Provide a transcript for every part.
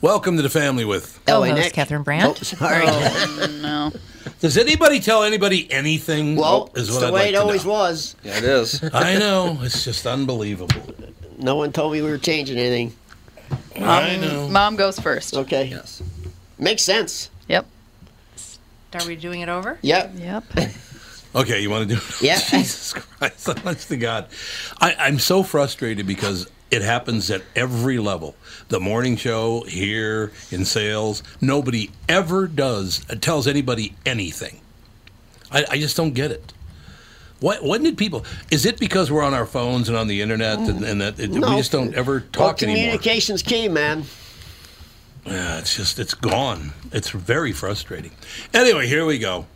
Welcome to the family with. Oh, Co-host Nick. Catherine Oh, Brandt. sorry. No. Does anybody tell anybody anything? well, is it's what the I'd way like it to always know. was. Yeah, it is. I know. It's just unbelievable. No one told me we were changing anything. Um, I know. Mom goes first. Okay. yes. Makes sense. Yep. Are we doing it over? Yep. Yep. Okay, you want to do? Yeah. Jesus Christ, honest to God, I, I'm so frustrated because it happens at every level. The morning show here in sales, nobody ever does uh, tells anybody anything. I, I just don't get it. What, when did people? Is it because we're on our phones and on the internet, and, and that it, we No. just don't ever Well, talk anymore? communication's key, man. Yeah, it's just it's gone. It's very frustrating. Anyway, here we go.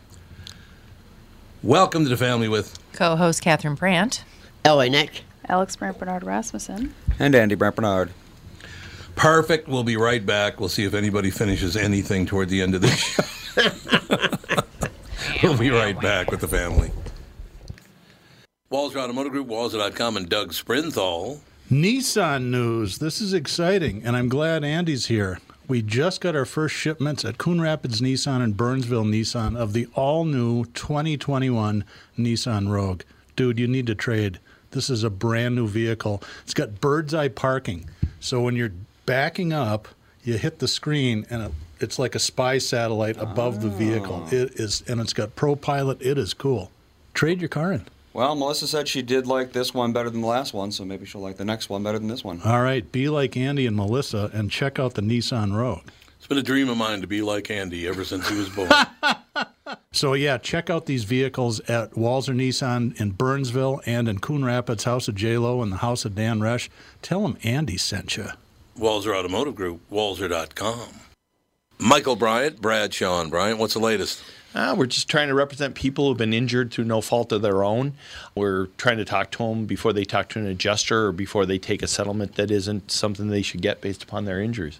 Welcome to the family with Co-host Catherine Brandt. LA Nick. Alex Brant Bernard Rasmussen. And Andy Brant Bernard. Perfect. We'll be right back. We'll see if anybody finishes anything toward the end of this show. we'll be right back with the family. Walzer Automotive Group, Walzer.com, and Doug Sprinthal. Nissan news. This is exciting, and I'm glad Andy's here. We just got our first shipments at Coon Rapids Nissan and Burnsville Nissan of the all new 2021 Nissan Rogue. Dude, you need to trade. This is a brand new vehicle. It's got bird's eye parking. So when you're backing up, you hit the screen and it, it's like a spy satellite above the vehicle. It is and it's got ProPilot. It is cool. Trade your car in. Well, Melissa said she did like this one better than the last one, so maybe she'll like the next one better than this one. All right, be like Andy and Melissa and check out the Nissan Rogue. It's been a dream of mine to be like Andy ever since he was born. So yeah, check out these vehicles at Walzer Nissan in Burnsville and in Coon Rapids, House of J Lo and the House of Dan Resch. Tell them Andy sent you. Walzer Automotive Group, Walzer.com. Michael Bryant, Brad Sean Bryant, what's the latest? Ah, we're just trying to represent people who've been injured through no fault of their own. We're trying to talk to them before they talk to an adjuster or before they take a settlement that isn't something they should get based upon their injuries.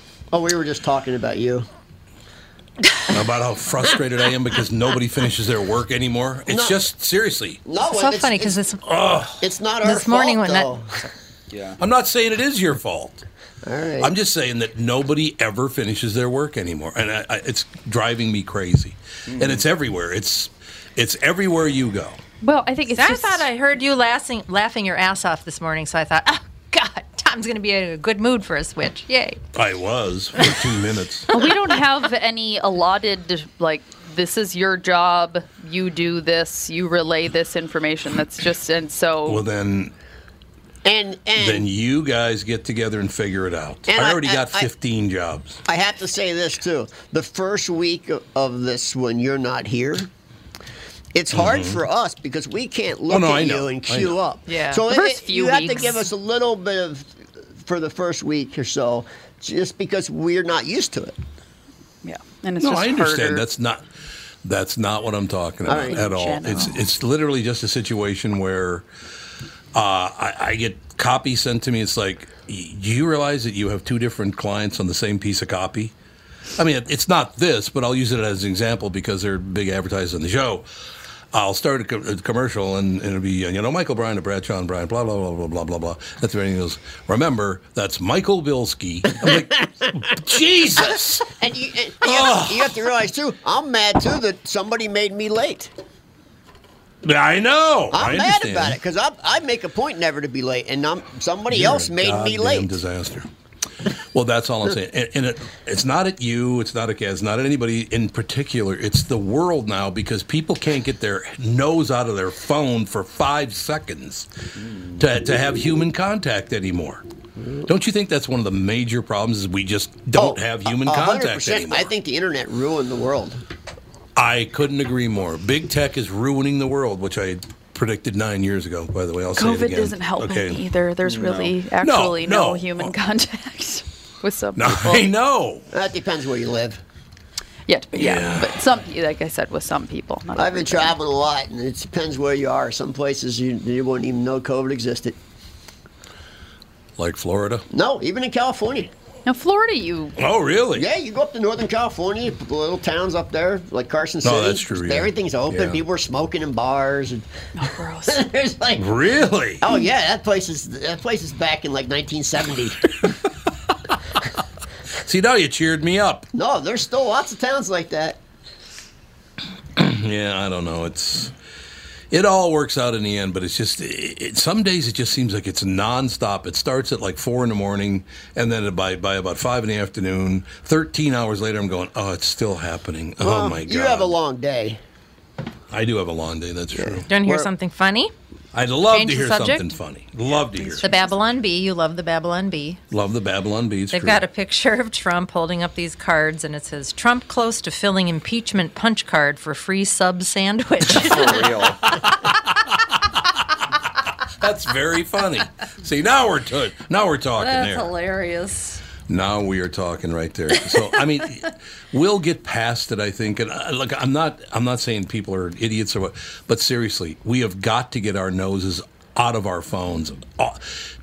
Oh, we were just talking about you. About how frustrated I am because nobody finishes their work anymore. It's No. just seriously. No, so funny because Oh, it's, it's not our this morning fault, when that- though. Yeah. I'm not saying it is your fault. All right. I'm just saying that nobody ever finishes their work anymore, and I, I, it's driving me crazy. Mm. And it's everywhere. It's it's everywhere you go. Well, Oh, I think it's I just- thought I heard you laughing, laughing your ass off this morning, so I thought, oh God, Tom's going to be in a good mood for a switch. Yay! I was for two minutes. Well, we don't have any allotted like this is your job. You do this. You relay this information. That's just and Oh. so Well, then and and then you guys get together and figure it out. And I I- already I- got I- 15 jobs. I have to say this too. The first week of- of this, when you're not here, it's hard for us because we can't look Mm-hmm. Oh, no, at I know. you and I queue know. up. Yeah. So The it- first it- few you have weeks. to give us a little bit of for the first week or so, just because we're not used to it. yeah, and it's No, just I understand. harder. That's not that's not what I'm talking about right. at all. General. It's it's literally just a situation where uh, I, I get copy sent to me. It's like, y- do you realize that you have two different clients on the same piece of copy? I mean, it- it's not this, but I'll use it as an example because they're big advertisers on the show. I'll start a, co- a commercial and, and it'll be, uh, you know, Michael Bryan to Bradshaw and Bryan, blah, blah, blah, blah, blah, blah, blah. That's when he goes, remember, that's Michael Bilski. I'm like, Jesus. And you, and you, have, you have to realize too, I'm mad too that somebody made me late. I know. I'm I mad understand. about it because I, I make a point never to be late, and I'm, somebody You're else a made me goddamn late. Disaster. Well, that's all I'm saying, and, and it, it's not at you, it's not at it's not at anybody in particular. It's the world now because people can't get their nose out of their phone for five seconds to, to have human contact anymore. Don't you think that's one of the major problems? Is we just don't Oh, have human a- a hundred contact percent. anymore? I think the internet ruined the world. I couldn't agree more. Big tech is ruining the world, which I predicted nine years ago. By the way, I'll say it COVID again. doesn't help okay. it either. There's really actually no, no. human Oh. contact with some No, people. I know. That depends where you live. Yet, but yeah. Yeah. but some, like I said, with some people. Not I've been everybody. traveling a lot, and it depends where you are. Some places you, you wouldn't even know COVID existed. Like Florida. No, even in California. Now, Florida, you Oh, really? Yeah, you go up to Northern California, the little towns up there like Carson City. No, that's true, yeah. Everything's open. Yeah. People are smoking in bars. And oh, gross. there's like, Really? oh yeah, that place is that place is back in like 1970. See, now you cheered me up. no, there's still lots of towns like that. Yeah, I don't know. It's it all works out in the end, but it's just it, it, some days it just seems like it's nonstop. It starts at like four in the morning, and then by by about five in the afternoon, thirteen hours later, I'm going, oh, it's still happening. oh Well, my god! You have a long day. I do have a long day. That's true. Don't hear We're- something funny. I'd love Change to the hear subject? something funny. Love to hear. The Babylon Bee. You love the Babylon Bee. Love the Babylon Bee. It's They've true. got a picture of Trump holding up these cards, and it says Trump close to filling impeachment punch card for free sub sandwich. For real. That's very funny. See, now we're t- now we're talking there. hilarious. Now we are talking right there. So I mean, we'll get past it, I think. And uh, look, I'm not I'm not saying people are idiots or what, but seriously, we have got to get our noses out of our phones. Uh,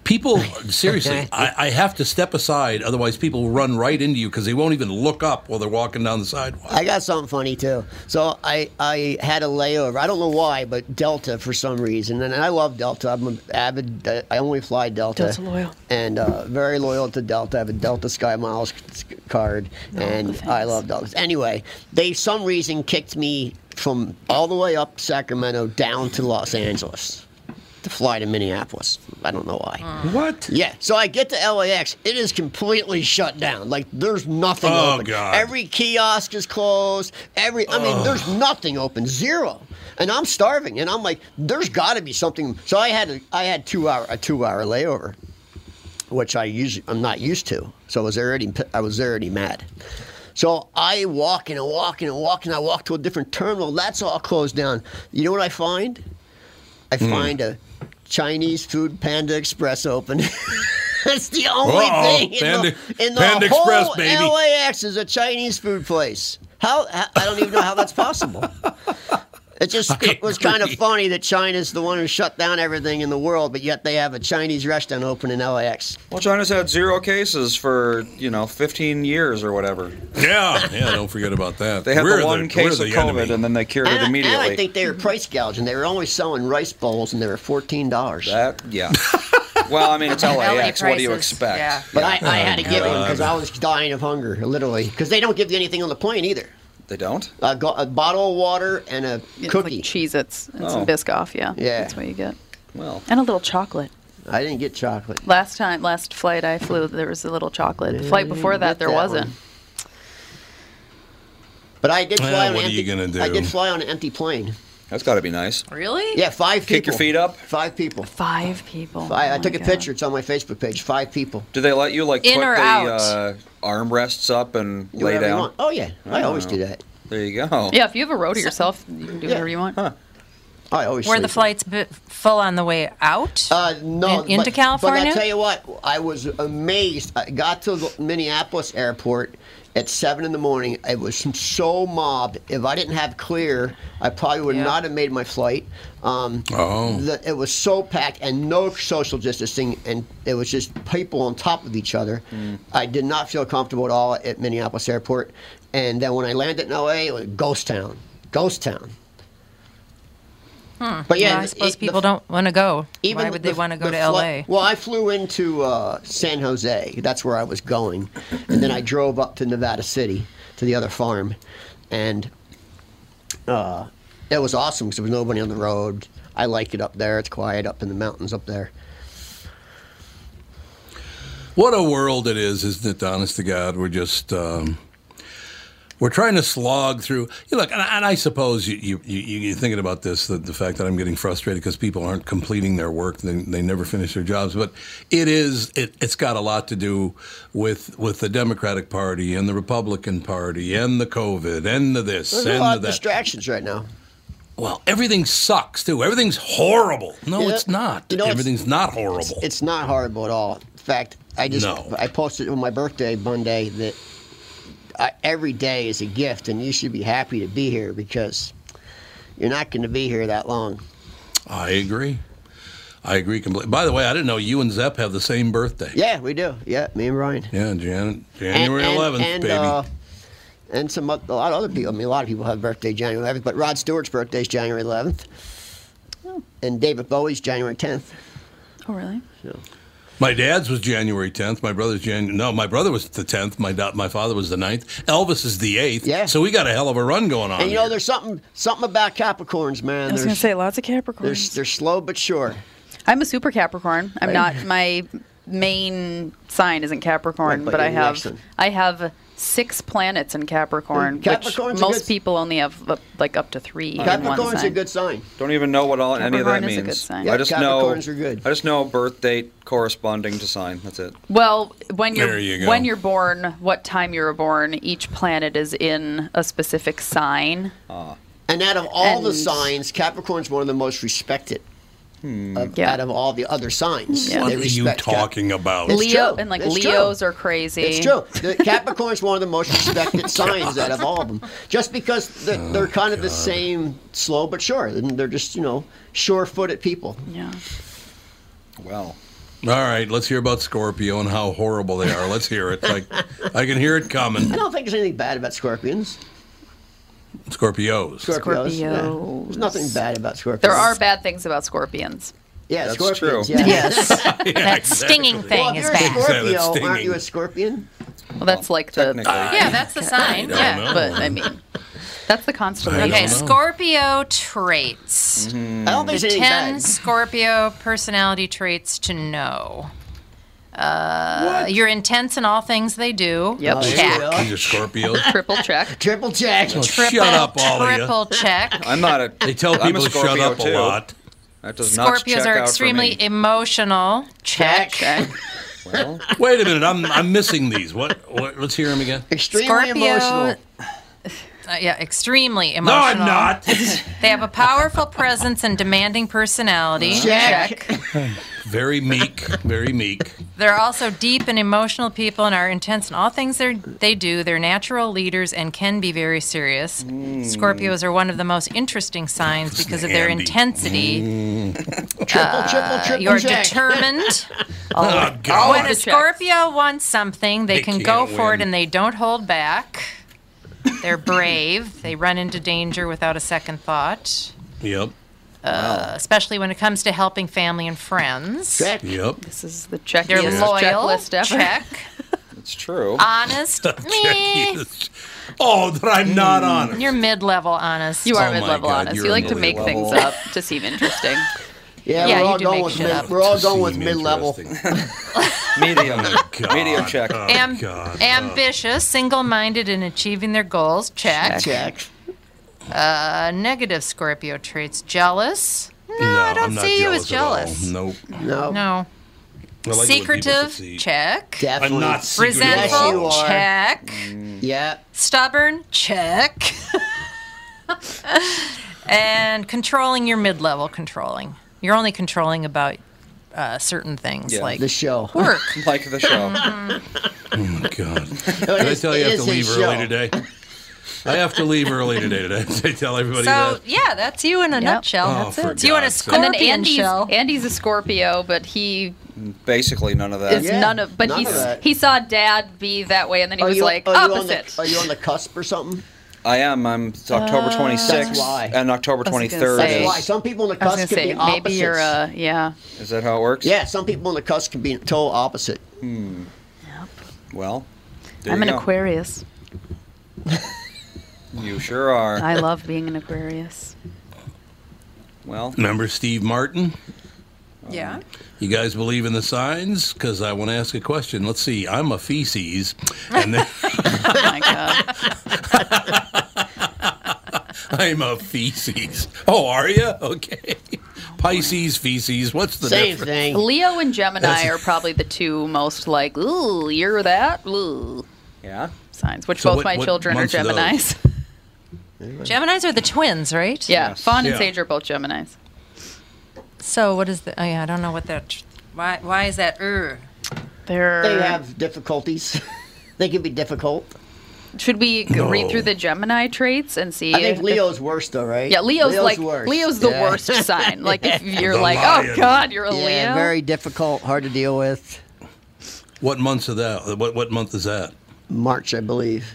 People, seriously, I, I have to step aside, otherwise people will run right into you because they won't even look up while they're walking down the sidewalk. I got something funny too. So I, I had a layover. I don't know why, but Delta for some reason, and I love Delta. I'm an avid. I only fly Delta. Delta loyal. And uh, very loyal to Delta. I have a Delta Sky Miles card, and thanks. I love Delta. Anyway, they some reason kicked me from all the way up Sacramento down to Los Angeles to fly to Minneapolis. I don't know why. What? Yeah, so I get to LAX. It is completely shut down. Like there's nothing Oh, open. God. Every kiosk is closed. Every I mean, there's nothing open. Zero. And I'm starving. And I'm like, there's got to be something. So I had a, I had two hour a two hour layover, which I usually I'm not used to. So I was already p- I was already mad. So I walk and I walk and I walk and I walk to a different terminal. That's all closed down. You know what I find? I Hmm. find a Chinese food Panda Express open. That's the only Uh-oh. thing in Panda- the, in the Panda whole Express, baby. LAX is a Chinese food place. How I I don't even know how that's possible. It just it was kind of agree. funny that China's the one who shut down everything in the world, but yet they have a Chinese restaurant open in LAX. Well, China's had zero cases for you know 15 years or whatever. Yeah, yeah. Don't forget about that. They had We're the one we're case of the COVID, enemy. and then they cured And it I, and immediately. I think Uh, they were price gouging. They were only selling rice bowls, and they were fourteen dollars. that, yeah. well, I mean, it's LAX. what do you prices, expect? yeah. But I, I had to give in because I was dying of hunger, literally. Because they don't give you anything on the plane either. They don't. A, go- a bottle of water and a It's cookie. like Cheez Its and Oh. some Biscoff, yeah. Yeah. That's what you get. Well, And a little chocolate. I didn't get chocolate. Last time, last flight I flew, there was a little chocolate. The flight before you that, get there that wasn't. one. But I did fly Well, on what an are you empty. gonna I do? did fly on an empty plane. that's got to be nice. Really? Yeah, five people. Kick your feet up? Five people. Five people. I, Oh I my took a God. picture. It's on my Facebook page. Five people. Do they let you like In put or the out? uh, armrests up and Do lay whatever you down? want. Oh yeah, I, always do that. There you go. Yeah, if you have a row to yourself, you can do Yeah. whatever you want. I always. Were sleep the in. flights b- full on the way out? Uh, no, In- into but- But California? I tell you what, I was amazed. I got to the Minneapolis airport at seven in the morning. It was so mobbed. If I didn't have clear, I probably would Yeah. not have made my flight. Um, Oh. the, it was so packed and no social distancing, and it was just people on top of each other. Hmm. I did not feel comfortable at all at Minneapolis airport. And then when I landed in LA, it was ghost town. Ghost town. But yeah, Well, I it- suppose it- the- people don't want to go. even Why would the- they want to go the to fli- L.A.? Well, I flew into uh, San Jose. That's where I was going, and then I drove up to Nevada City to the other farm, and uh, it was awesome because there was nobody on the road. I like it up there. It's quiet up in the mountains up there. What a world it is, isn't it? Honest to God, we're just um, we're trying to slog through. You look, and, and I suppose you, you, you you're thinking about this the, the fact that I'm getting frustrated because people aren't completing their work; they, they never finish their jobs. But it is it, it's got a lot to do with with the Democratic Party and the Republican Party and the COVID and the this There's and a lot the of that. distractions right now. well, everything sucks too. Everything's horrible. No, Yeah. it's not. You know, it's- Everything's not horrible. It's not horrible at all. In fact, I just No. I posted on my birthday Monday that I, every day is a gift, and you should be happy to be here because you're not going to be here that long. I agree. I agree completely. By the way, I didn't know you and Zepp have the same birthday. Yeah, we do. Yeah, me and Brian. Yeah, Jan- And- January and- 11th, and, baby. uh, and some oth- a lot of other people. I mean, a lot of people have birthday January 11th, but Rod Stewart's birthday is January 11th, and David Bowie's January 10th. Oh, really? my dad's was January 10th. My brother's January. No, my brother was the 10th. My da- my father was the 9th. Elvis is the 8th. Yeah. So we got a hell of a run going on. And you know, here. there's something something about Capricorns, man. I was They're, going to say lots of they're, Capricorns. they're slow but sure. I'm a super Capricorn. I'm not my main sign isn't Capricorn, Right, but but I your have reaction. I have six planets in Capricorn, Capricorn's a which most good- people only have up, like up to three. in one Capricorn's a sign. good sign. Don't even know what all any of that Capricorn is means. a good sign. I Yeah, just know Capricorns are good. I just know birth date corresponding to sign. That's it. Well, when you're There you go. when you're born, what time you were born, each planet is in a specific sign. And out of all the And- signs, Capricorn's one of the most respected. Of, Yeah. Out of all the other signs, Yeah. what they are you respect Cap- talking about? It's Leo true. and like It's true. Leos are crazy. It's true. The Capricorn's one of the most respected signs out of all of them, just because they're, they're kind of the same, slow but sure. And They're just you know sure-footed people. Yeah. Well, All right, let's hear about Scorpio and how horrible they are. Let's hear it. Like I can hear it coming. I don't think there's anything bad about scorpions. Scorpios. Scorpios. yeah. There's Scorpios. nothing bad about scorpions. There are bad things about scorpions. Yeah, That's scorpions. true. Yeah. that stinging thing well, if is you're a bad. Exactly, Scorpio, that's aren't stinging. you a scorpion? Well, that's like the technically, Yeah, that's the sign. don't Yeah. know. but I mean, that's the constellation. don't Okay, know. Scorpio traits. I Mm. don't think there's anything Ten bad. Scorpio personality traits to know. Uh, you're intense in all things they do. Yep. Oh, there Check. you go. These are Scorpios. Triple check. Triple jack. Oh, Triple, shut up, all triple of check. I'm not a. you. They tell I'm a people to shut Scorpio, up too. a lot. That does not Scorpios check are out extremely For me. emotional. Check. Check. Well, Wait a minute, I'm I'm missing these. What? what let's hear them again. Extremely Scorpio- emotional. Uh, yeah, extremely No, emotional. I'm not. They have a powerful presence and demanding personality. Jack. Very meek. Very meek. They're also deep and emotional people and are intense in all things they they do. They're natural leaders and can be very serious. Scorpios are one of the most interesting signs because of their Andy. intensity. Triple, triple, triple You're jack. determined. Oh, when God. a Scorpio wants something, they, They can go can't for win. it and they don't hold back. They're brave. they run into danger without a second thought, Yep. especially when it comes to helping family and friends. Jack. Yep. This is the check. They're loyal. Checklist ever. Check. it's true. Uh, Honest. Check meh. is- Oh, that I'm not on. You're mid-level honest. You are Oh my mid-level God, honest. you're You like to make unbelievable. things up to seem interesting. Yeah, Yeah, we're you all do going make with shit mid, up. we're all going with mid-level. Medium. God. Medium check. Oh, Am- God. ambitious, single-minded in achieving their goals. Check. Jack. Uh, negative Scorpio traits: jealous. No, no, I don't am not see you as jealous. jealous. at all. Nope. No. No. I like it when people Secretive. succeed. Check. Definitely. I'm not secretive at all. Yes, you Resentful. are. Check. Yeah. Stubborn. Check. and controlling. You're mid-level controlling. You're only controlling about uh, certain things Yeah. like The show. work. like the show. God. Did It I is- tell you I it have to is a leave show. early today? I have to leave early today. Did I I tell everybody So that? yeah, that's you in a nutshell. Oh, that's for it. Do you want a God's sake. And scorpion then Andy's, shell? Andy's a Scorpio, but he Basically, none of that. is Yeah, none of. But none he of that. he saw Dad be that way, and then he was like are you on opposite. the, are you on the cusp or something? I am. I'm it's October 26th That's why. and October Uh, I was gonna 23rd. say. is- Why? Some people on the I was cusp gonna could be say opposites. maybe you're uh yeah. Is that how it works? yeah, some people on the cusp can be total opposite. Well, there I'm you an go. Aquarius. You sure are. I love being an Aquarius. well, Remember Steve Martin? Yeah. You guys believe in the signs? Because I want to ask a question. Let's see. I'm a feces, and then Oh my god. I'm a feces. Oh, are you? Okay. Pisces, feces. What's the Same difference? thing. Leo and Gemini are probably the two most like, ooh, you're that, ooh, yeah. signs, which So both what- my what children are months are those? Geminis. Geminis are the twins, right? yeah, Fawn and Yeah. Sage are both Geminis. So what is the? Oh yeah, I don't know what that. Why? Why is that? Er. They're, They have difficulties. they can be difficult. should we g- read through No. the Gemini traits and see? I think if- Leo's worse though, right? yeah, Leo's, like worse. Leo's the Yeah. worst sign. Like if you're The like, lion. oh God, you're a Yeah, Leo. very difficult, hard to deal with. What months are that? What what month is that? March, I believe.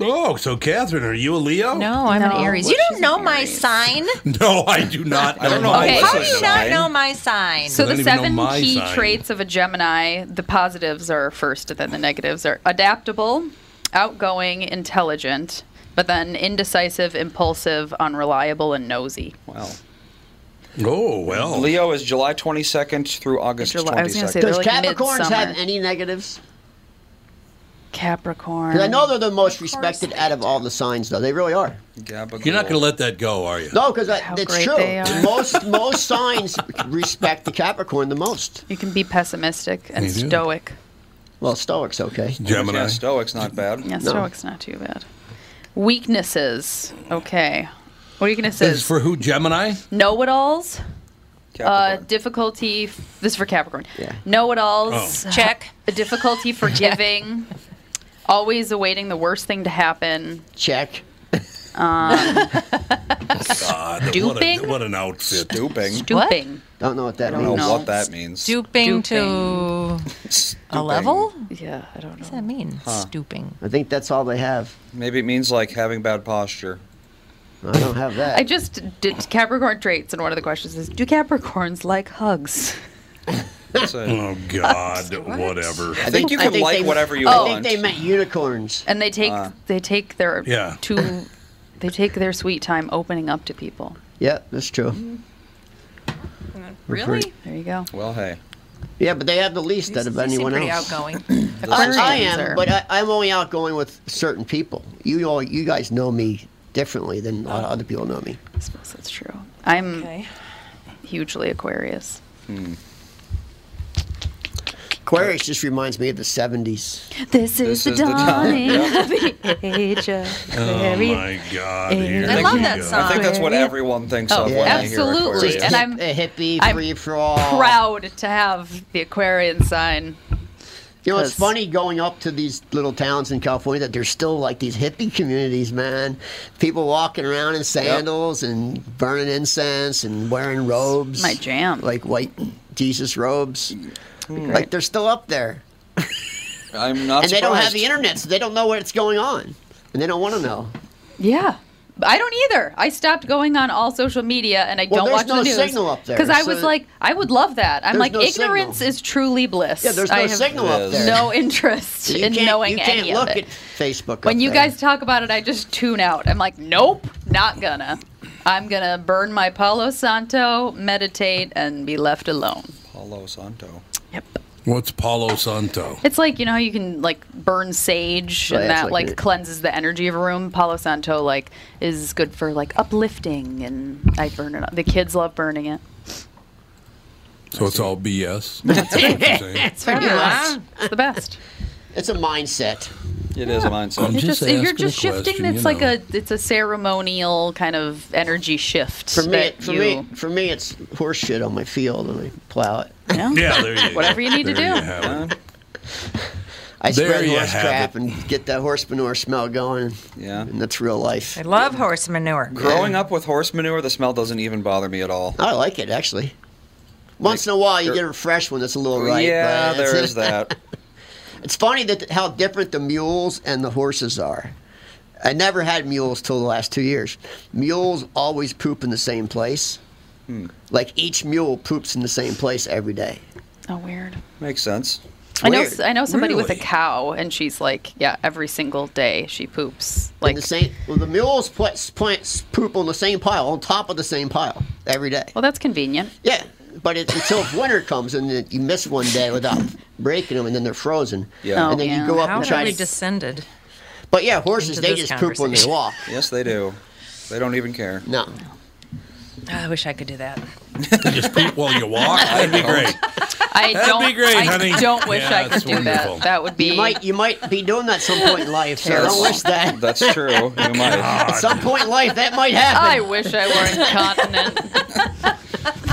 Oh, so Catherine, are you a Leo? No, I'm No. an Aries. Well, You don't she's know an my Aries. sign. No, I do not. I don't know. Okay. what's How do a you not sign. know my sign? So I the don't even know seven my key sign. traits of a Gemini, the positives are first, and then the negatives are adaptable, outgoing, intelligent, but then indecisive, impulsive, unreliable, and nosy. Wow. Oh well. Leo is July 22nd through August July- 22nd. I was gonna say They're Does like Capricorns have midsummer. any negatives? Capricorn. 'Cause I know they're the most Of course respected they out of all the signs, though. They really are. Gabagool. You're not going to let that go, are you? No, because How it's great true. they are. Most most signs respect the Capricorn the most. you can be pessimistic and They do. stoic. Well, Stoics, okay. Gemini. Yeah, Stoic's not bad. Yeah, stoic's not too bad. Weaknesses. Okay. This is Weaknesses. for who? Gemini. Know-it-alls. Uh, Capricorn. difficulty. F- this is for Capricorn. Yeah. Know-it-alls. Check. A difficulty forgiving. Always awaiting the worst thing to happen. Check. God, what a- What, Duping? an outfit. Stooping. Stooping. Don't know what that I don't I don't means. know No. what that means. Stooping to Stooping. Stooping. a level. What Yeah, I don't does that know. mean? Stooping. I think that's all they have. Maybe it means like having bad posture. I don't have that. I just did Capricorn traits, and one of the questions is, do Capricorns like hugs? That's a- Oh God, whatever. I think you can like whatever you I think want. they meant unicorns. And they take Uh. they take their Yeah. two, they take their sweet time opening up to people. Yeah, that's true. Really? There you go. well, hey. Yeah, but they have the least out of You seem anyone pretty else. outgoing. I, I Aquarians am, are- but I, I'm only outgoing with certain people. You all, you guys know me differently than a lot of other people know me. I suppose that's true. I'm Okay. hugely Aquarius. Aquarius just reminds me of the 70s. This This is the is the time. dawning Yeah. of the age of Oh Aquarius. my God. here I we love that go. song. I think that's what Aquarius. everyone thinks of Oh, when absolutely. Just they hear Aquarius. hip- And I'm- a hippie, I'm free for all. proud to have the Aquarian sign. You know, it's 'Cause- funny going up to these little towns in California that there's still like these hippie communities, man. People walking around in sandals and burning incense and wearing robes. My jam. Like white Jesus robes. Like they're still up there. I'm not and they don't have surprised. the internet, so they don't know what's going on. And they don't want to know. Yeah. I don't either. I stopped going on all social media and I Well, don't there's watch no the news. signal up there, Because I so was that- like, I would love that. I'm There's like, no ignorance signal. is truly bliss. Yeah, there's no I have signal Yes. up there. No interest you in can't, knowing you can't any look of it. at Facebook. when up you there. guys talk about it, I just tune out. I'm like, nope, not gonna. I'm gonna burn my Palo Santo, meditate, and be left alone. Palo Santo. Yep. What's Palo Santo? It's like you know how you can like burn sage Right, and that's that like like it. cleanses the energy of a room. Palo Santo like is good for like uplifting, and I burn it. up. The kids love burning it. So it's all BS. That's what you're saying. It's fabulous. It's the best. it's a mindset. It is a mindset. I'm It's just just, you're asking just a shifting. question, it's you like know. a it's a ceremonial kind of energy shift. For me, that for you, me, for me, it's horse shit on my field, and I plow it. you know? Yeah, there you go. Whatever you need to There do. you have it. I There spread you horse have crap it. and get that horse manure smell going. Yeah. and that's real life. I love horse manure. Growing up with horse manure, the smell doesn't even bother me at all. I like it actually. Once in a while, you get a fresh one that's a little right. yeah, but there it's- is that. It's funny that how different the mules and the horses are. I never had mules till the last two years. Mules always poop in the same place. Hmm. Like each mule poops in the same place every day. Oh, weird. Makes sense. I know. Weird. s- I know somebody with a Really? cow, and she's like, yeah, every single day she poops. Like, in the same, well, the mules put, plants poop on the same pile, on top of the same pile every day. well, that's convenient. Yeah, but it's until winter comes and then you miss one day without breaking them, and then they're frozen. Yeah. and then Oh, you go yeah. up How and try have to. we descended? but yeah, horses into they this just poop when they conversation? walk. Yes, they do. They don't even care. No, I wish I could do that. Just poop while you walk. That'd be great. I That'd don't. be great, I honey. don't wish Yeah, I could that's do wonderful. that. That would be. you might you might be doing that some point in life. so don't wish that. That's true. You might. At some point in life, that might I happen. wish I were incontinent.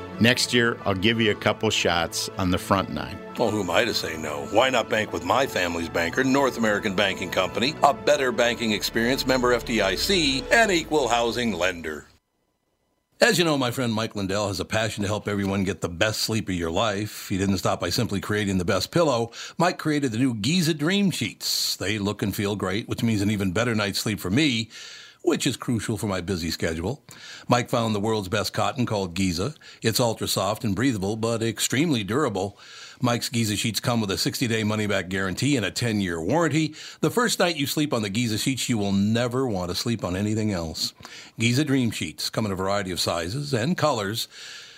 Next year, I'll give you a couple shots on the front nine. Well, who am I to say no? Why not bank with my family's banker, North American Banking Company, a better banking experience, member FDIC, and equal housing lender? As you know, my friend Mike Lindell has a passion to help everyone get the best sleep of your life. He didn't stop by simply creating the best pillow. Mike created the new Giza Dream Sheets. They look and feel great, which means an even better night's sleep for me, which is crucial for my busy schedule. Mike found the world's best cotton called Giza. It's ultra soft and breathable, but extremely durable. Mike's Giza sheets come with a 60 day money back guarantee and a 10 year warranty. The first night you sleep on the Giza sheets, you will never want to sleep on anything else. Giza Dream Sheets come in a variety of sizes and colors.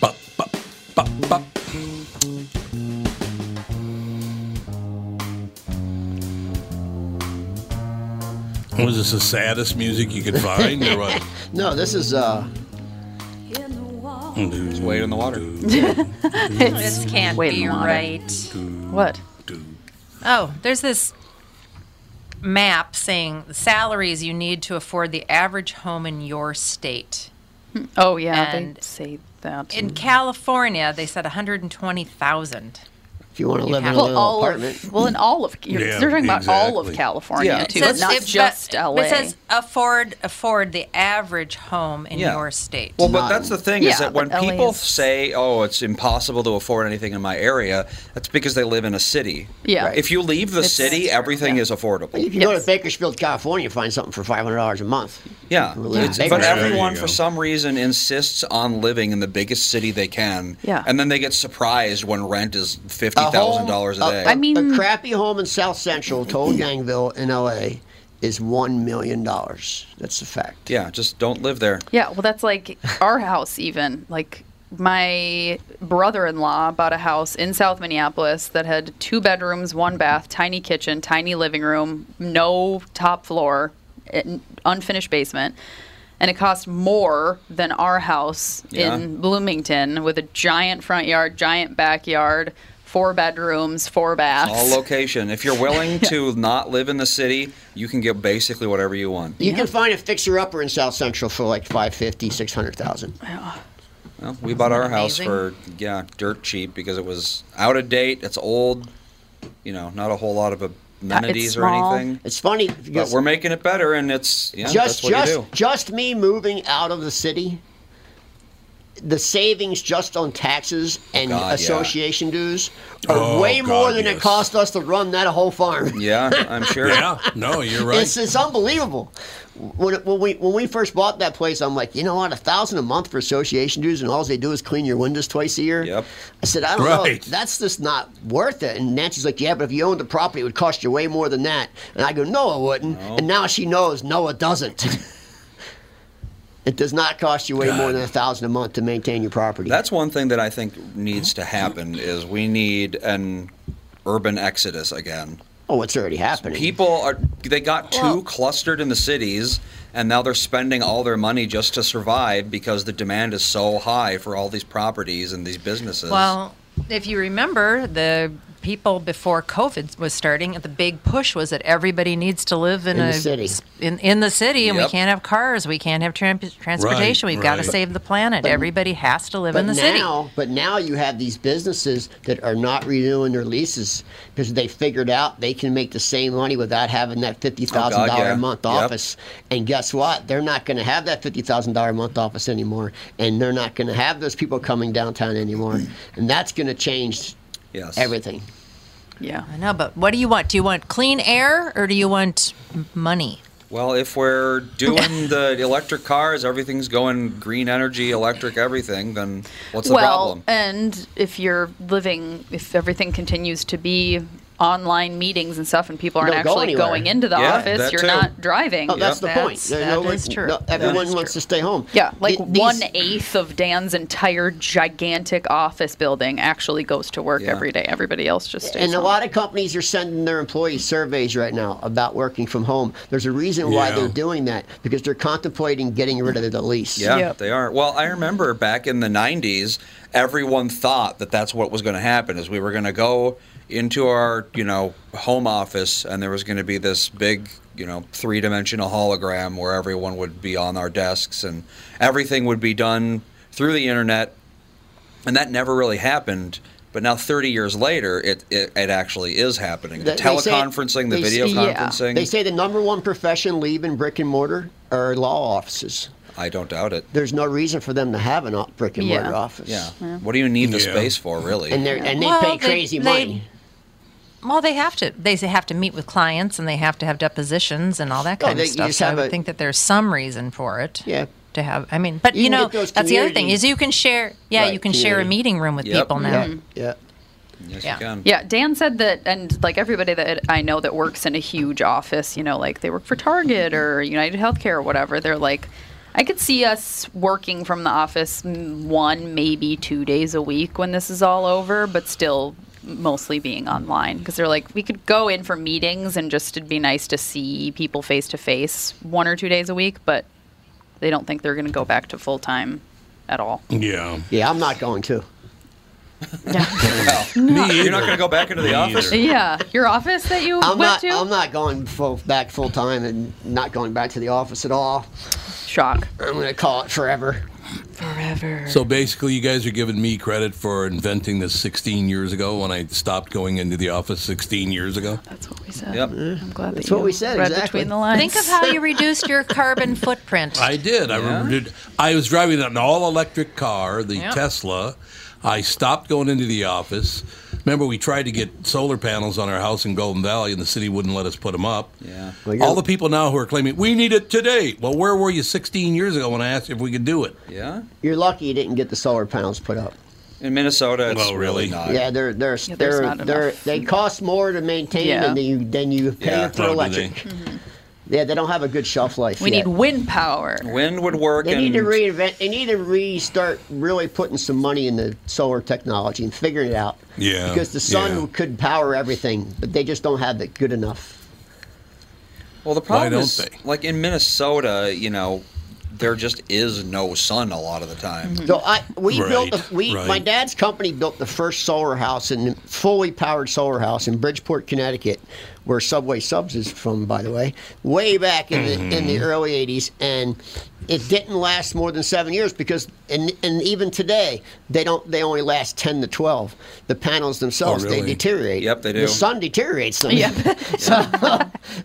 Bup, bup, bup, bup. Was this the saddest music you could find, or what? No, this is uh, Just wade in the water. This can't Wait, be Lana. right. What? Oh, there's this map saying the salaries you need to afford the average home in your state. Oh yeah, they And- say that. In California, they said 120,000. if you want to live in a have- well, little all apartment. of well, in all of you're, Yeah, they're talking about all of exactly. California Yeah. too, It says not if- but- just but LA. It says afford afford the average home in Yeah. your state. Well, but that's the thing is Yeah, that when but LA people is- say, "Oh, it's impossible to afford anything in my area," that's because they live in a city. Yeah. Right. If you leave the It's- city, that's true, everything yeah. is affordable. You can go to Bakersfield, California, and find something for five hundred dollars a month. Yeah. It's- Yeah. But There you everyone, go. for some reason, insists on living in the biggest city they can. Yeah. And then they get surprised when rent is fifty thousand dollars a day. I mean- a crappy home in South Central, Toll Gangville in L.A., is one million dollars. That's a fact. yeah. Just don't live there. Yeah, well, that's like our house, even. Like, my brother in law bought a house in South Minneapolis that had two bedrooms, one bath, tiny kitchen, tiny living room, no top floor, an unfinished basement. And it cost more than our house Yeah. in Bloomington with a giant front yard, giant backyard, four bedrooms, four baths. All location. If you're willing to not live in the city, you can get basically whatever you want. You can find a fixer-upper in South Central for like five fifty, six hundred thousand. Well, we bought our house amazing? for yeah dirt cheap because it was out of date. It's old. You know, not a whole lot of a amenities or small. anything. It's funny But because we're making it better, and it's yeah, just that's what just you do. just me moving out of the city. The savings just on taxes and God, yeah. association dues are Oh, way more God, than it yes. cost us to run that whole farm. Yeah, I'm sure. Yeah, no, you're right. It's, it's unbelievable. When, it- when we when we first bought that place, I'm like, you know what, a thousand a month for association dues, and all they do is clean your windows twice a year. Yep. I said, I don't Right. know, that's just not worth it. And Nancy's like, yeah, but if you owned the property, it would cost you way more than that. And I go, no, it wouldn't. And now she knows, no, it doesn't. it does not cost you way more than a thousand a month to maintain your property. That's one thing that I think needs to happen is we need an urban exodus again. oh, it's already happening. People are they got too clustered in the cities and now they're spending all their money just to survive because the demand is so high for all these properties and these businesses. Well, if you remember, the people before COVID was starting, the big push was that everybody needs to live in, In the a city. s- In, in the city, and Yep. we can't have cars, we can't have tramp transportation. Right, We've got to right. save the planet. everybody has to live But in the now, but now you have these businesses that are not renewing their leases because they figured out they can make the same money without having that fifty thousand thousand dollar yeah. a month Yep. office. And guess what? They're not going to have that fifty thousand dollar a month office anymore, and they're not going to have those people coming downtown anymore, and that's going to change yes. everything. Yeah. city. No, but what do you want? Do you want clean air or do you want m- money? Well, if we're doing the electric cars, everything's going green energy, electric everything, then what's the well, problem? and if you're living, if everything continues to be online meetings and stuff, and people aren't Don't go actually anywhere. going into the Yeah, office, that you're too. not driving. Oh, that's the point. That's- no that one- is true. no- That everyone is wants true. to stay home. Yeah, like Th- these- one eighth of Dan's entire gigantic office building actually goes to work Yeah. every day. Everybody else just stays. And a home. lot of companies are sending their employees surveys right now about working from home. There's a reason why Yeah. they're doing that because they're contemplating getting rid of the lease. Yeah, Yep. they are. Well, I remember back in the '90s, everyone thought that that's what was going to happen: is we were going to go into our, you know, home office, and there was going to be this big, you know, three-dimensional hologram where everyone would be on our desks, and everything would be done through the internet, and that never really happened. But now, 30 years later, it it, it actually is happening. They- The they say- teleconferencing, the they video say- yeah. conferencing. They say the number one profession leaving brick and mortar are law offices. I don't doubt it. There's no reason for them to have a brick and mortar Yeah. office. Yeah. What do you need the Yeah. space for, really? And, they're, and they Well, pay they- crazy they- money. Well, they have to. They have to meet with clients, and they have to have depositions and all that Oh, kind they- of you stuff. just So I have would a- think that there's some reason for it. Yeah. To have, I mean, but You you, can know, get those that's the other thing community- is you can share. Yeah, Right, you can share a community. meeting room with Yep. people now. Yeah. yeah. yes, yeah. you can. Yeah, Dan said that, and like everybody that I know that works in a huge office, you know, like they work for Target or United Healthcare or whatever, they're like, I could see us working from the office mm, one, maybe two days a week when this is all over, but still mostly being online because they're like, we could go in for meetings and just it'd be nice to see people face to face one or two days a week, but they don't think they're going to go back to full time at all. yeah. Yeah, I'm not going to. Well, You're not going to go back into the Me office? either. Yeah, your office that you I'm not. went to? I'm not going full, back full time and not going back to the office at all. Shock. I'm going to call it forever. Forever. So basically, you guys are giving me credit for inventing this 16 years ago when I stopped going into the office 16 years ago. That's what we said. Yep. Mm-hmm. I'm glad that That's you what we said, read exactly. between the lines. Think of how you reduced your carbon footprint. I did. I remember. did- I was driving an all-electric car, the Tesla. I stopped going into the office. Remember, we tried to get solar panels on our house in Golden Valley, and the city wouldn't let us put them up. Yeah. Well, you're- All the people now who are claiming we need it today. Well, where were you 16 years ago when I asked if we could do it? Yeah. You're lucky you didn't get the solar panels put up. In Minnesota, it's Well, really really. not. Yeah, they're they're Yeah, there's they're, not they're enough. they cost more to maintain Yeah. than you than you pay Yeah. for Oh, do electric. Mm-hmm. they? Yeah, they don't have a good shelf life. we yet. need wind power. Wind would work. They and need to reinvent. They need to restart really putting some money into solar technology and figuring it out. Yeah, Because the sun yeah. could power everything, but they just don't have it good enough. Well, the problem don't is, they? like in Minnesota, you know, there just is no sun a lot of the time. So I we Right, built a, we my right. dad's company built the first solar house and fully powered solar house in Bridgeport, Connecticut, Mm-hmm. where Subway Subs is from, by the way, way back in the in the early '80s, and it didn't last more than seven years because, and, and even today, they don't. They only last ten to twelve. The panels themselves they Oh, really? deteriorate. Yep, they do. The sun deteriorates them. Yep. so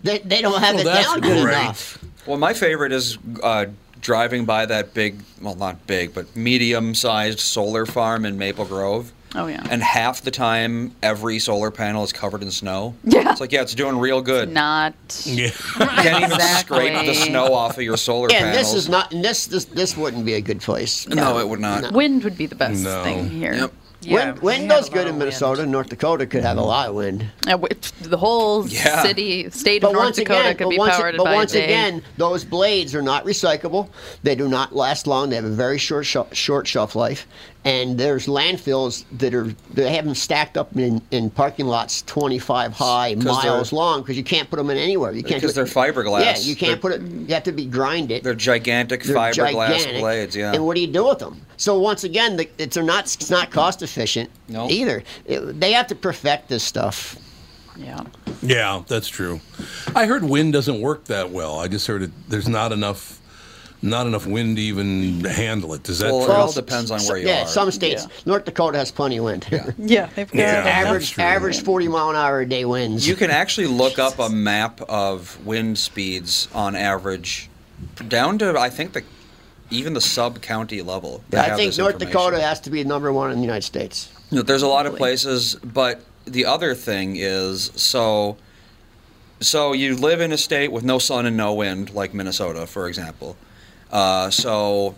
they, they don't have Well, it that's down good great. enough. Well, my favorite is uh, driving by that big, well, not big, but medium sized solar farm in Maple Grove. Oh, yeah. And half the time, every solar panel is covered in snow. Yeah. It's like, yeah, it's doing real good. Not. Yeah. Can't even Exactly. scrape the snow off of your solar And panels. this is not. And this this this wouldn't be a good place. No, it would not. Wind would be the best No. thing here. Yep. Yeah, wind we wind had does a good lot in of Minnesota. wind. North Dakota could have a lot of wind. Uh, wi- The whole Yeah. city, state But of North once Dakota again, could but be once, powered but by once a day. again, those blades are not recyclable. They do not last long. They have a very short shelf, short shelf life. And there's landfills that are they have them stacked up in, in parking lots 25 high, 'Cause they're- miles long because you can't put them in anywhere. You can't do Because it- they're fiberglass. Yeah, you can't They're- put it. You have to be grind it. They're gigantic They're fiberglass gigantic, blades. Yeah. And what do you do with them? So once again, the, it's they're not it's not cost efficient No. either. It- they have to perfect this stuff. yeah. Yeah, that's true. I heard wind doesn't work that well. I just heard it. There's not enough, not enough wind to even handle it. Does that Well, uh, it true? all depends on where you yeah, are. some states. Yeah. North Dakota has plenty of wind. Yeah, they've got Yeah, that's average true. average 40 mile an hour a day winds. You can actually look up a map of wind speeds on average, down to I think the even the sub county level. They I have think this North information. Dakota has to be number one in the United States. No, There's a lot of places, but the other thing is so. So you live in a state with no sun and no wind, like Minnesota, for example. Uh, so,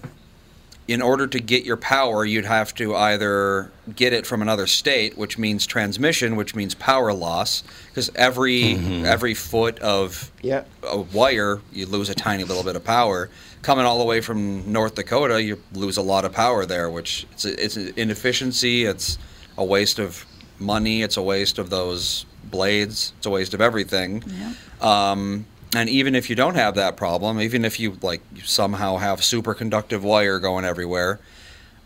in order to get your power, you'd have to either get it from another state, which means transmission, which means power loss, because every every foot of Yeah. a wire, you lose a tiny little bit of power. Coming all the way from North Dakota, you lose a lot of power there, which it's it's an inefficiency. It's a waste of money. It's a waste of those blades. It's a waste of everything. Um, and even if you don't have that problem, even if you like somehow have superconductive wire going everywhere,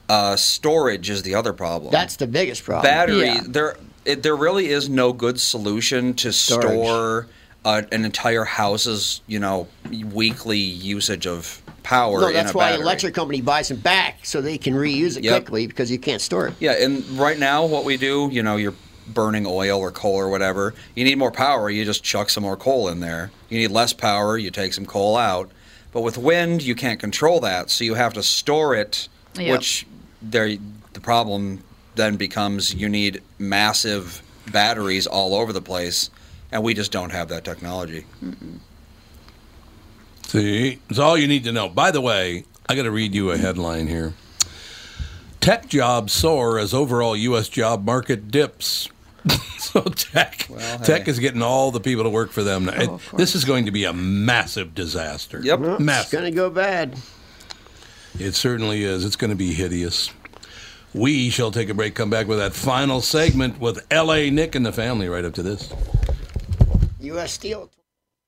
uh, storage is the other problem. That's the biggest problem. battery. Yeah. There, it, there really is no good solution to Storage. store uh, an entire house's, you know, weekly usage of power. no, in that's a why battery. the electric company buys them back so they can reuse it Yep. quickly because you can't store it. Yeah, and right now what we do, you know, you're burning oil or coal or whatever. You need more power, you just chuck some more coal in there. You need less power, you take some coal out. But with wind, you can't control that, so you have to store it, Yep. which there the problem then becomes you need massive batteries all over the place, and we just don't have that technology. See, it's all you need to know. By the way, I got to read you a headline here. Tech jobs soar as overall U.S. job market dips. so tech, tech hey. Oh, is getting all the people to work for them. now. It- of course. this is going to be a massive disaster. Yep. Well, It's massive. going to go bad. It certainly is. It's going to be hideous. We shall take a break. Come back with that final segment with L.A. Nick and the family. Right up to this. U.S. Steel.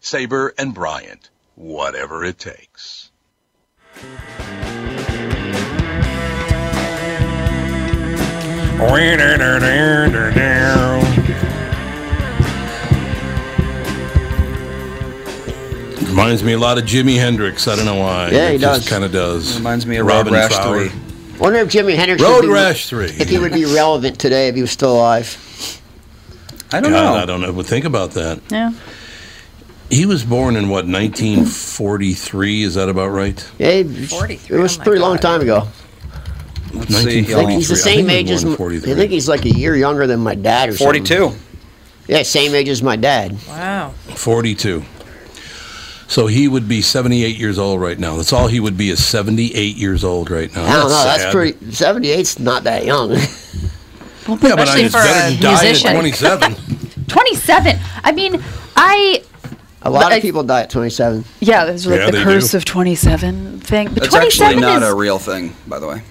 Saber and Bryant, whatever it takes. Reminds me a lot of Jimi Hendrix. I don't know why. Yeah, he it just does. Kind of does. Reminds me of Road Rash 3. Wonder if Jimmy Hendrix Road would be- Rash 3. if he would be relevant today if he was still alive. I don't God, know. I don't know. But think about that. Yeah. He was born in what 1943? Is that about right? Yeah, it was- 43, It was oh my pretty long God. time ago. Let's see. I think he's the 43. I same think he age was born in as. m- I 43. think he's like a year younger than my dad or something. 42. Yeah, same age as my dad. Wow. 42. So he would be 78 years old right now. That's all he would be is 78 years old right now. I don't know. sad. That's pretty. 78's not that young. Yeah, but I Especially mean, it's for better a than dying musician. at 27. 27. I mean, I A lot But I- of people die at 27. yeah, there's like Yeah, they the curse do. of 27 thing. But That's 27 actually not is a real thing, by the way.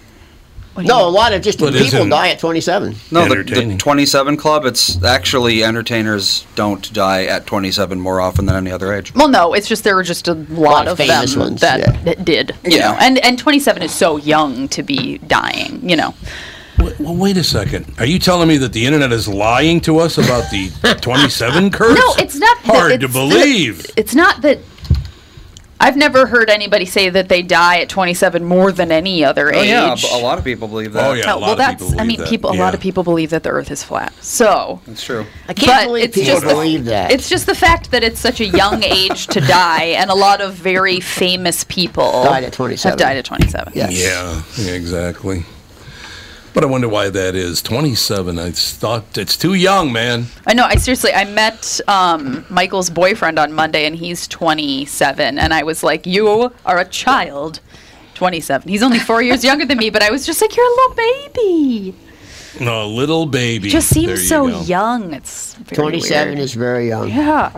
what do you No, a mean? lot of just But people isn't- die at 27. No, the, the Entertaining. 27 Club, it's actually entertainers don't die at 27 more often than any other age. Well, no, it's just there were just a lot, of of them famous ones, that, yeah. that did. You Yeah. know, and and 27 is so young to be dying. You know, W- Well, wait a second. Are you telling me that the internet is lying to us about the 27 curse? no, it's not that- hard it's to that- believe. it's not that. I've never heard anybody say that they die at 27 more than any other Oh, age. yeah, b- a lot of people believe that. Oh, yeah. a No, lot well, of that's. people I mean, believe that, people. A lot of yeah. people believe that the Earth is flat. So That's true. I can't But believe it's people just- believe that. It's just the fact that it's such a young age to die, and a lot of very famous people Died at 27. Have died at 27. Yes. Yeah, yeah, exactly. But I wonder why that is. 27, I thought it's too young, man. I know. I seriously, I met um, Michael's boyfriend on Monday, and he's 27, and I was like, "You are a child." 27. He's only four years younger than me, but I was just like, "You're a little baby." A little baby. Just There seems you so go. young. It's very 27 weird. is very young. yeah.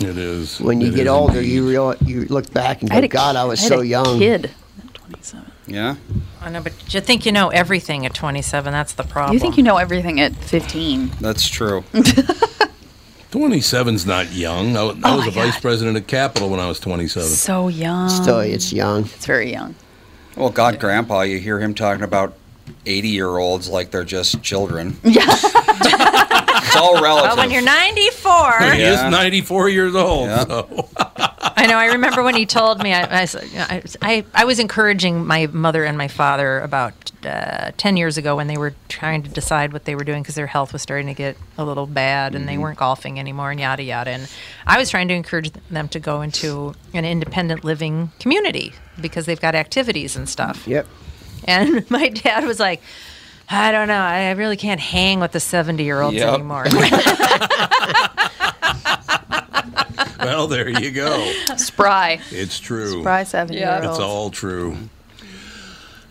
It is. When you It get is older, indeed. you real, you look back and I had go, a God, I was had so a young. Kid. at 27. Yeah. I know, but you think you know everything at 27. That's the problem. You think you know everything at 15? That's true. 27's not young. I, I Oh, was my a vice God. president at Capitol when I was 27. So young. Still, it's Um, young. It's very young. Well, God, Grandpa, you hear him talking about 80 year olds like they're just children. Yeah. It's all relative. Well, when you're 94, He is 94 years old. Yeah. So. I know. I remember when he told me. I, I, said- I, I, I was encouraging my mother and my father about uh, ten years ago when they were trying to decide what they were doing because their health was starting to get a little bad and they weren't golfing anymore and yada yada. And I was trying to encourage them to go into an independent living community because they've got activities and stuff. Yep. And my dad was like, I don't know. I really can't hang with the 70 year olds Yep. anymore. Well, there you go. Spry. It's true. Spry seven It's year old. all true.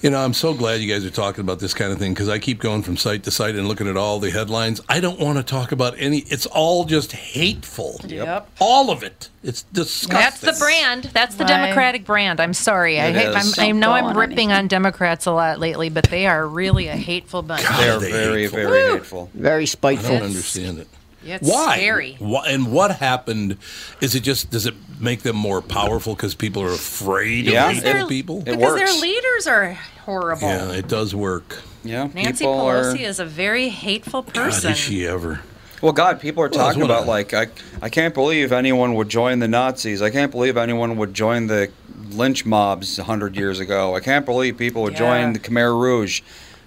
You know, I'm so glad you guys are talking about this kind of thing because I keep going from site to site and looking at all the headlines. I don't want to talk about any. It's all just hateful. Yep. All of it. It's disgusting. That's the brand. That's the Right. Democratic brand. I'm sorry. I, It hate, I'm, is. I Don't know go I'm on anything. ripping on Democrats a lot lately, but they are really a hateful bunch. they are They very, hateful. very hateful. Very I don't spiteful. understand it. It's Why? scary. Why- And what happened? Is it just does it make them more powerful because people are afraid Yeah, of Because, it- hateful their, people? it because works. their leaders are horrible. yeah, it does work. Yeah. Nancy people are- Pelosi is a very hateful God, person. is she ever? Well, God, people are that's talking one of about like I, I can't believe anyone would join the Nazis. I can't believe anyone would join the lynch mobs hundred years ago. I can't believe people would Yeah. join the Khmer Rouge.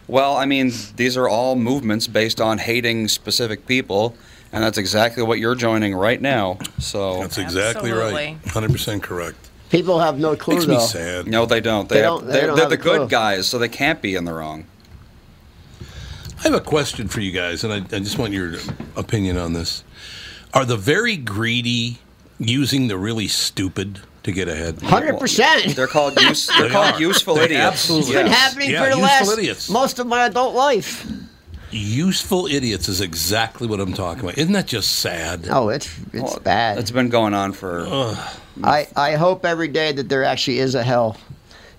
Well, I mean, these are all movements based on hating specific people, and that's exactly what you're joining right now. So, That's exactly right. Hundred percent correct. People have no clue, Makes though. me sad. no, they don't. They, They have, don't- they they're don't they're have the a clue. good guys, so they can't be in the wrong. I have a question for you guys, and I, I just want your opinion on this. Are the very greedy using the really stupid to get ahead? 100%. They're called use, they're They called are. useful They idiots. absolutely Yes. been happening Yeah, for the useful last idiots. most of my adult life. Useful idiots is exactly what I'm talking about. Isn't that just sad? Oh, it's it's Well, bad. It's been going on for I, I hope every day that there actually is a hell,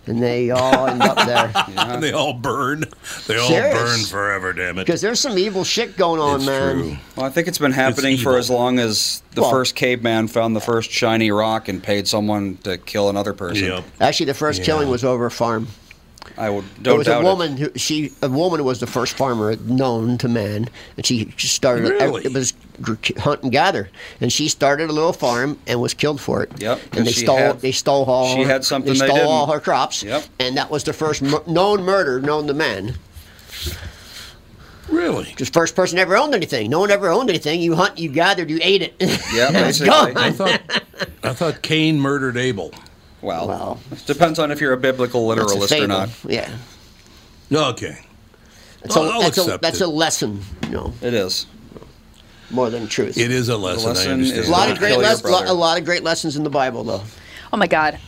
and they all end up there And they all burn. They all Serious. burn forever. Damn it! because there's some evil shit going on, it's man. true. Well, I think it's been happening for evil. as long as the Well- first caveman found the first shiny rock and paid someone to kill another person. Yep. Actually, the first killing was over a farm. I would There don't was a doubt woman it. who she a woman was the first farmer known to man, and she she started Really? it was gr- hunt and gather, and she started a little farm and was killed for it. Yep, And, and they she stole had- they stole all she her, had something they they stole all didn't. her crops. Yep. And that was the first mur- known murder known to man. Really? Because first person ever owned anything. No one ever owned anything. You hunt, you gathered, you ate it. Yeah, It's basically. I gone. thought I thought Cain murdered Abel. Well, it depends on if you're a biblical That's a literalist or fable. not. Yeah. Okay. That's, I'll- a, I'll that's, a, accept that's it. a lesson, you know, It is. more than truth. It is a lesson. lesson I understand. is a lot Don't of great kill your les- brother. a lot of great lessons in the Bible, though. Oh my God.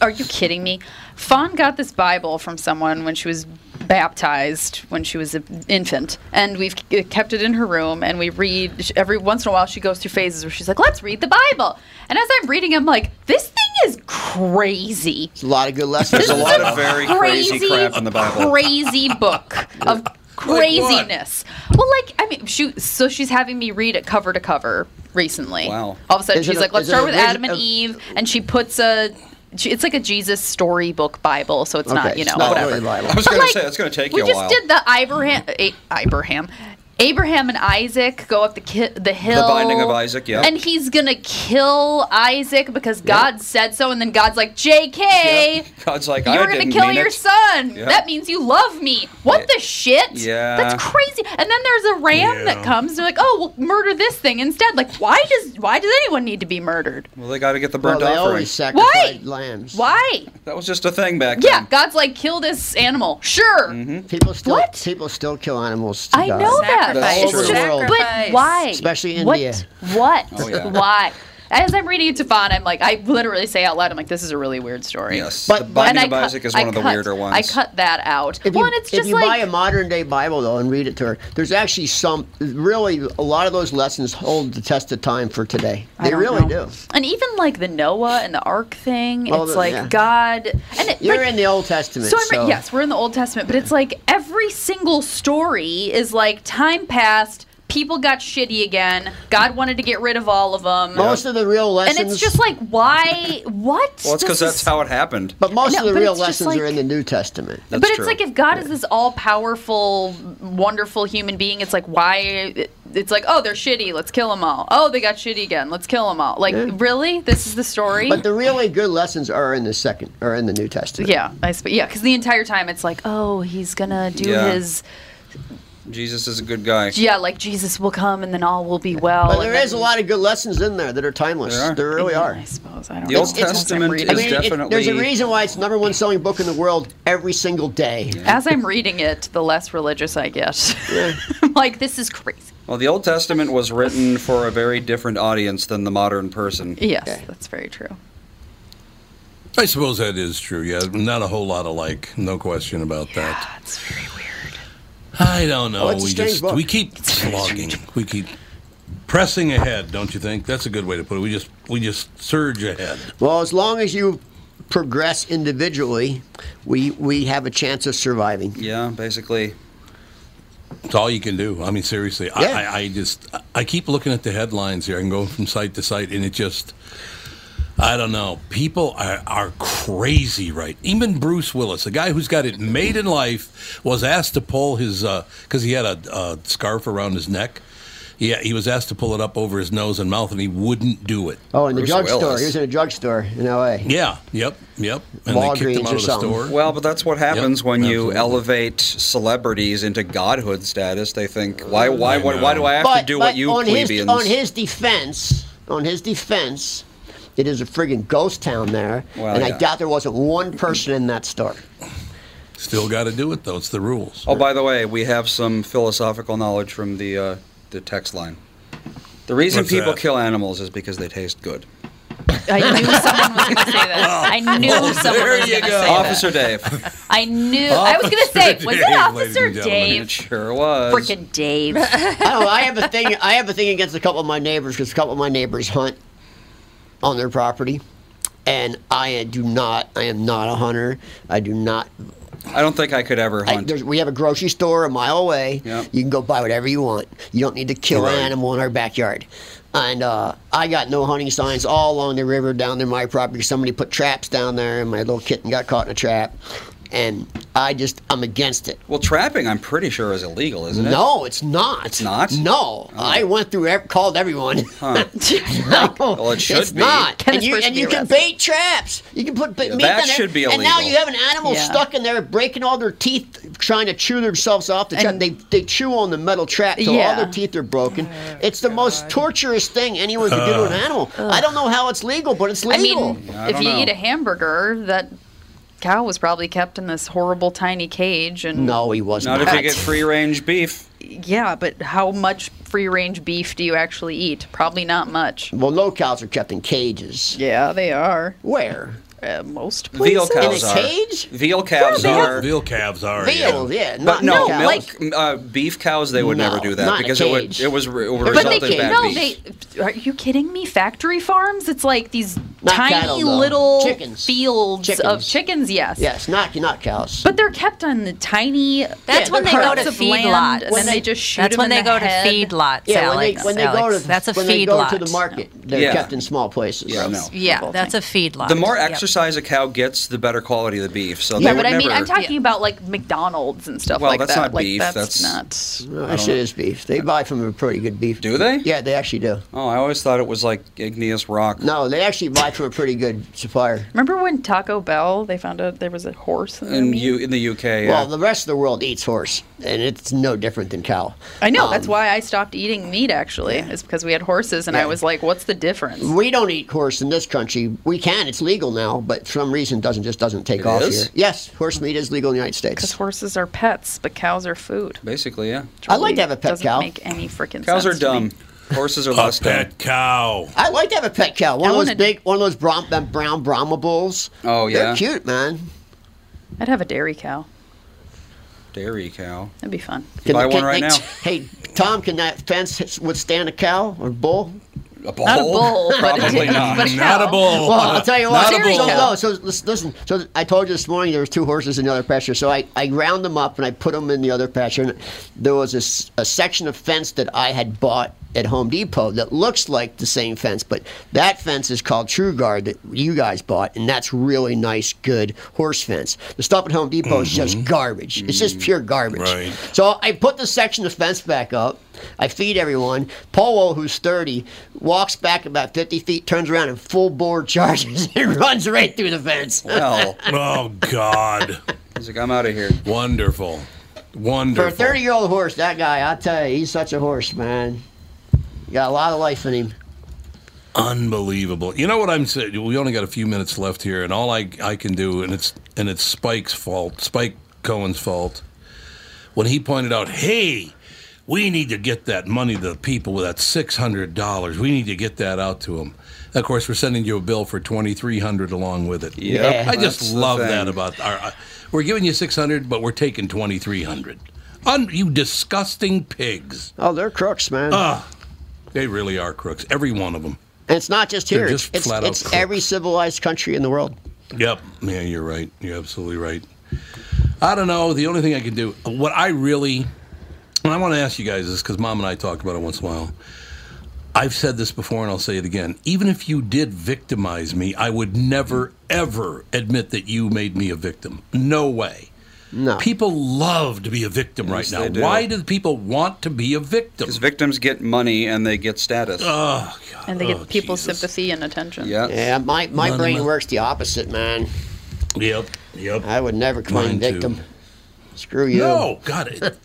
Are you kidding me? Fawn got this Bible from someone when she was baptized when she was an infant and we've k- uh, kept it in her room and we read every once in a while she goes through phases where she's like let's read the bible and as i'm reading i'm like this thing is crazy It's a lot of good lessons. There's a lot of very crazy, crap in the Bible. crazy book of what? craziness. well, like I mean, she so she's having me read it cover to cover recently. Wow. All of a sudden, Is it she's a- like, "Let's is it start a with regi- Adam and a- Eve," and she puts a. she- It's like a Jesus storybook Bible, so it's not Okay, you it's know not whatever. Oh, really Bible. I was But, going like, to say, it's going to take we you a just while. did the Abraham, A- Abraham, Abraham and Isaac go up the ki- the hill. Binding of Isaac, yeah. And he's gonna kill Isaac because God said so, and then God's like, "J.K., God's like, you're I gonna didn't kill mean your it. son. Yeah. That means you love me. What Yeah. the shit? Yeah. that's crazy. And then there's a ram Yeah. that comes. They're like, oh, we'll murder this thing instead. Like, why does why does anyone need to be murdered? Well, they got to get the Well, burnt they offering. always sacrifice Why? lambs. Why? That was just a thing back Yeah, then. God's like, kill this animal. Sure, Mm-hmm. People still What? people still kill animals. To I God. know that. That's It's true. just- Sacrifice. but why? Especially in what? India. What? Oh, yeah. Why? As I'm reading it to Fawn, I'm like, I literally say out loud, I'm like, this is a really weird story. Yes. But- the but- Binding I of cut- Isaac is one I of the cut- weirder ones. I cut that out. If you, One, it's if just you like buy a modern day Bible though and read it to her, there's actually some really a lot of those lessons hold the test of time for today. I They don't really know. do. And even like the Noah and the Ark thing, Well, it's the- like yeah. God. And it, You're like, in the Old Testament. so, So, I'm, re- yes, we're in the Old Testament, but it's like every single story is like time passed, people got shitty again, God wanted to get rid of all of them, most of the real lessons. and it's just like why? What? well, it's because This that's is- how it happened. but most I know, of the but real it's just lessons are like- in the New Testament. That's but it's true. like if God is this all-powerful, wonderful human being, it's like why? It's like oh, they're shitty, let's kill them all. Oh, they got shitty again, let's kill them all. Like really, this is the story. But the really good lessons are in the second, or in the New Testament. Yeah, I sp- yeah, because the entire time it's like, oh, he's gonna do Yeah. his Jesus is a good guy. yeah, like Jesus will come and then all will be well. But and there then- is a lot of good lessons in there that are timeless. There are. There really Yeah, are. I suppose I don't. The know. Old It's just I'm Testament reading- is I mean, def- it- there's a definitely- reason why it's the number one selling book in the world every single day. as I'm reading it, the less religious I get. I'm like, this is crazy. Well, the Old Testament was written for a very different audience than the modern person. Yes, that's very true. I suppose that is true. Yeah, not a whole lot alike. No question about that. That's very weird. I don't know. Well, Oh, it's a we strange just book. we keep slogging. We keep pressing ahead. Don't you think? That's a good way to put it. We just we just surge ahead. Well, as long as you progress individually, we we have a chance of surviving. Yeah, basically. It's all you can do. I mean, seriously. I Yeah. I, I just I keep looking at the headlines here and going from site to site, and it just I don't know. People are, are crazy, right? Even Bruce Willis, a guy who's got it made in life, was asked to pull his because he had a, uh scarf around his neck. Yeah, he was asked to pull it up over his nose and mouth, and he wouldn't do it. Oh, in the Bruce drugstore. Willis. He was in a drugstore in L.A. Yeah, yep, yep. And they Walgreens kicked him out or of the something. store. Well, but that's what happens Yep, when you absolutely. elevate celebrities into godhood status. They think, why, why, I why, know. why do I have to But, do but what you on plebeians? his on his defense, on his defense, it is a friggin' ghost town there, Well, and I yeah. doubt there wasn't one person in that store. Still got to do it though. It's the rules. Oh, by the way, we have some philosophical knowledge from the uh, the text line. The reason What's people that? kill animals is because they taste good. I knew someone was going to say that. I knew Oh, someone there was you going to say go. that. Officer Dave. I knew. I was going to say, was Dave, it Officer ladies and gentlemen. it Dave? sure was. Freaking Dave. I don't know. I have a thing. I have a thing against a couple of my neighbors because a couple of my neighbors hunt on their property, and I do not. I am not a hunter. I do not. I don't think I could ever I, hunt. there's, we have a grocery store a mile away. Yep. You can go buy whatever you want. You don't need to kill Right. an animal in our backyard. And uh, I got no hunting signs all along the river down there my property. Somebody put traps down there, and my little kitten got caught in a trap. and I just I'm against it. Well, trapping, I'm pretty sure, is illegal, isn't it? No, it's not. It's not? Oh. No, I went through ev- called everyone. no, Well, it should it's be. not. Kenneth And you, Bruce and be you can arrested. bait traps. You can put bait, meat that on there, should be And now illegal. you have an animal Yeah. stuck in there, breaking all their teeth, trying to chew themselves off the trap. And- They they chew on the metal trap till all Yeah. Oh, their teeth are broken. it's the most torturous thing anyone could do to an animal. I don't know how it's legal, but it's I legal. mean, if don't you know. eat a hamburger, that cow was probably kept in this horrible tiny cage. And no, he wasn't. Not if you get free range beef. yeah, but how much free range beef do you actually eat? Probably not much. well, no cows are kept in cages. Yeah, they are. Where? Uh, most Veal places. cows In a are. cage? Veal cows Veal- are. veal calves are. yeah. Veal, yeah. But not no, cows. milk, uh, beef cows, they would No, never do not that in a because it would cage. it was re- it would But they result in can- bad no, beef. they. Are you kidding me? Factory farms? It's like these Not tiny cattle, though. little Chickens. fields of Chickens. chickens. Yes. Yes, not not cows. But they're kept on the tiny. That's Yeah, when they they're go parts to of feed land, lots. and they just shoot That's them when in they the go head. to feed lots, yeah, Alex. when they, when they Alex. go to that's a when feed they go lot. to the market, they're Yeah. kept in small places. Yeah, no. Yeah, Whole that's thing. a feed lot. The more Yep. exercise a cow gets, the better quality of the beef. So Yeah, they would but I mean, never- I'm talking about like McDonald's and stuff Well, like that's that. not like beef, that's, that's- not. No, actually, it is beef. They buy from a pretty good beef. Do they? Yeah, they actually do. Oh, I always thought it was like igneous rock. No, they actually buy from a pretty good supplier. Remember when Taco Bell? They found out there was a horse in, their in meat? you in the UK. yeah. Well, the rest of the world eats horse, and it's no different than cow. I know. that's Um, why I stopped eating meat. Actually, is because we had horses, and I Yeah. was like, "What's the difference?" We don't eat horse in this country. We can; it's legal now, but for some reason, doesn't just doesn't take It off is? here. Yes, horse meat is legal in the United Because States. horses are pets, but cows are food. Basically, yeah. I'd like to have a pet doesn't cow. Make any freaking Cows are sense to me. dumb. Horses are A less dumb. pet cow. I'd like to have a pet cow. One I of those wanna- big, one of those brown, them brown Brahma bulls. Oh, yeah. they're cute, man. I'd have a dairy cow. Dairy cow. That'd be fun. Can, Buy one can- right hey, now. Hey, Tom, can that fence withstand a cow or bull? A bull? Not a bull, but Probably not. But a Not a cow. bull. Well, I'll tell you what. Not a bull. So, no, so lis- listen. So I told you this morning there was two horses in the other pasture. So I, I round them up and I put them in the other pasture. And there was a s a a section of fence that I had bought at Home Depot that looks like the same fence, but that fence is called True Guard that you guys bought, and that's really nice, good horse fence. The stuff at Home Depot is Mm-hmm. just garbage. It's just pure garbage. Right. So I put the section of fence back up. I feed everyone. Polo, who's 30, walks back about 50 feet, turns around and full bore charges and runs right through the fence. Well, Oh God! he's like, I'm out of here. Wonderful, For wonderful. a 30 year old horse, that guy, I tell you, he's such a horse, man. Got a lot of life in him. unbelievable. You know what I'm saying? We only got a few minutes left here, and all I I can do, and it's and it's Spike's fault, Spike Cohen's fault, when he pointed out, hey. We need to get that money to the people with that six hundred dollars. We need to get that out to them. Of course, we're sending you a bill for twenty three hundred along with it. Yep, I just that's the love thing. that about our. Uh, we're giving you six hundred, but we're taking twenty three hundred. Un- you disgusting pigs! Oh, they're crooks, man. Ah. They really are crooks, every one of them. and it's not just here, they're it's, just it's, flat out it's crooks. every civilized country in the world. Yep. Yeah, you're right. You're absolutely right. I don't know. The only thing I can do, what I really, and I want to ask you guys this because mom and I talk about it once in a while. I've said this before and I'll say it again. Even if you did victimize me, I would never, ever admit that you made me a victim. No way. No. People love to be a victim Yes, right now. they do. Why do people want to be a victim? Because victims get money and they get status. Uh, And they get Oh, people's Jesus. sympathy and attention. yeah. yeah, my, my None of my- brain works the opposite, man. Yep. Yep. I would never claim Mine too. victim. Screw you. No, got it. I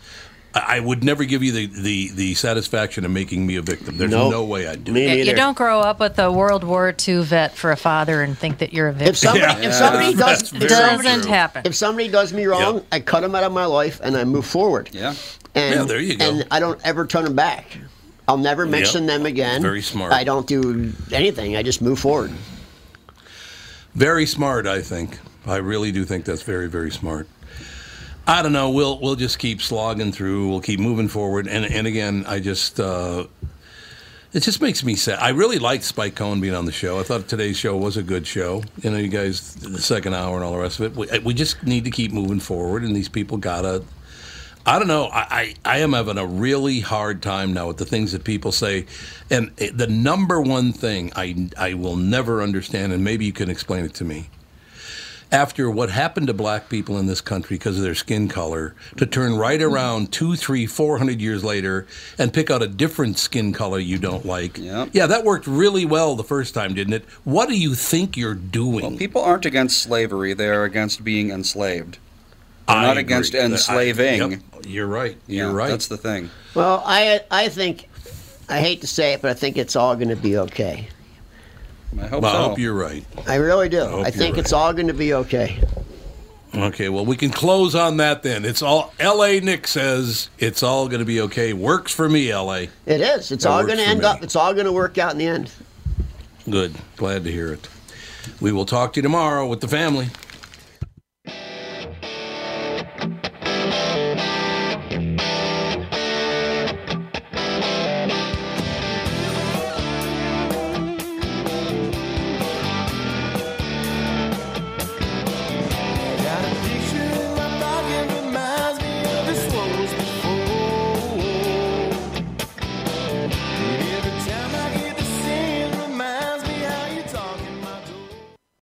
I would never give you the, the, the satisfaction of making me a victim. There's Nope. no way I'd do Me it. Yeah, neither. You don't grow up with a World War II vet for a father and think that you're a victim. If somebody, Yeah. if somebody That's does, very it if somebody, doesn't true. happen. if somebody does me wrong, Yep. I cut them out of my life and I move forward. Yeah. And, Yeah, there you go. And I don't ever turn them back. I'll never mention them again. Very smart. I don't do anything. I just move forward. Very smart, I think. I really do think that's very, very smart. I don't know. We'll we'll just keep slogging through. We'll keep moving forward. And and again, I just uh, it just makes me sad. I really liked Spike Cohen being on the show. I thought today's show was a good show. You know, you guys, the second hour and all the rest of it. We, we just need to keep moving forward, and these people gotta. I don't know. I, I, I am having a really hard time now with the things that people say. And it- the number one thing I, I will never understand, and maybe you can explain it to me, after what happened to black people in this country because of their skin color to turn right Mm. around two, three, four hundred years later and pick out a different skin color you don't like. Yep. Yeah, that worked really well the first time, didn't it? What do you think you're doing? People aren't against slavery; they are against being enslaved. They're I not agree. against I- enslaving. yep, you're right. Yeah, You're right. That's the thing. Well, I I think I hate to say it, but I think it's all going to be okay. I hope Well, so. I hope you're right. I really do. hope I, think you're it's all going to be okay. Okay, well, we can close on that then. It's all L.A. Nick says it's all going to be okay. Works for me, L.A. It is. It's That all works going to for end me. up. It's all going to work out in the end. Good. Glad to hear it. We will talk to you tomorrow with the family.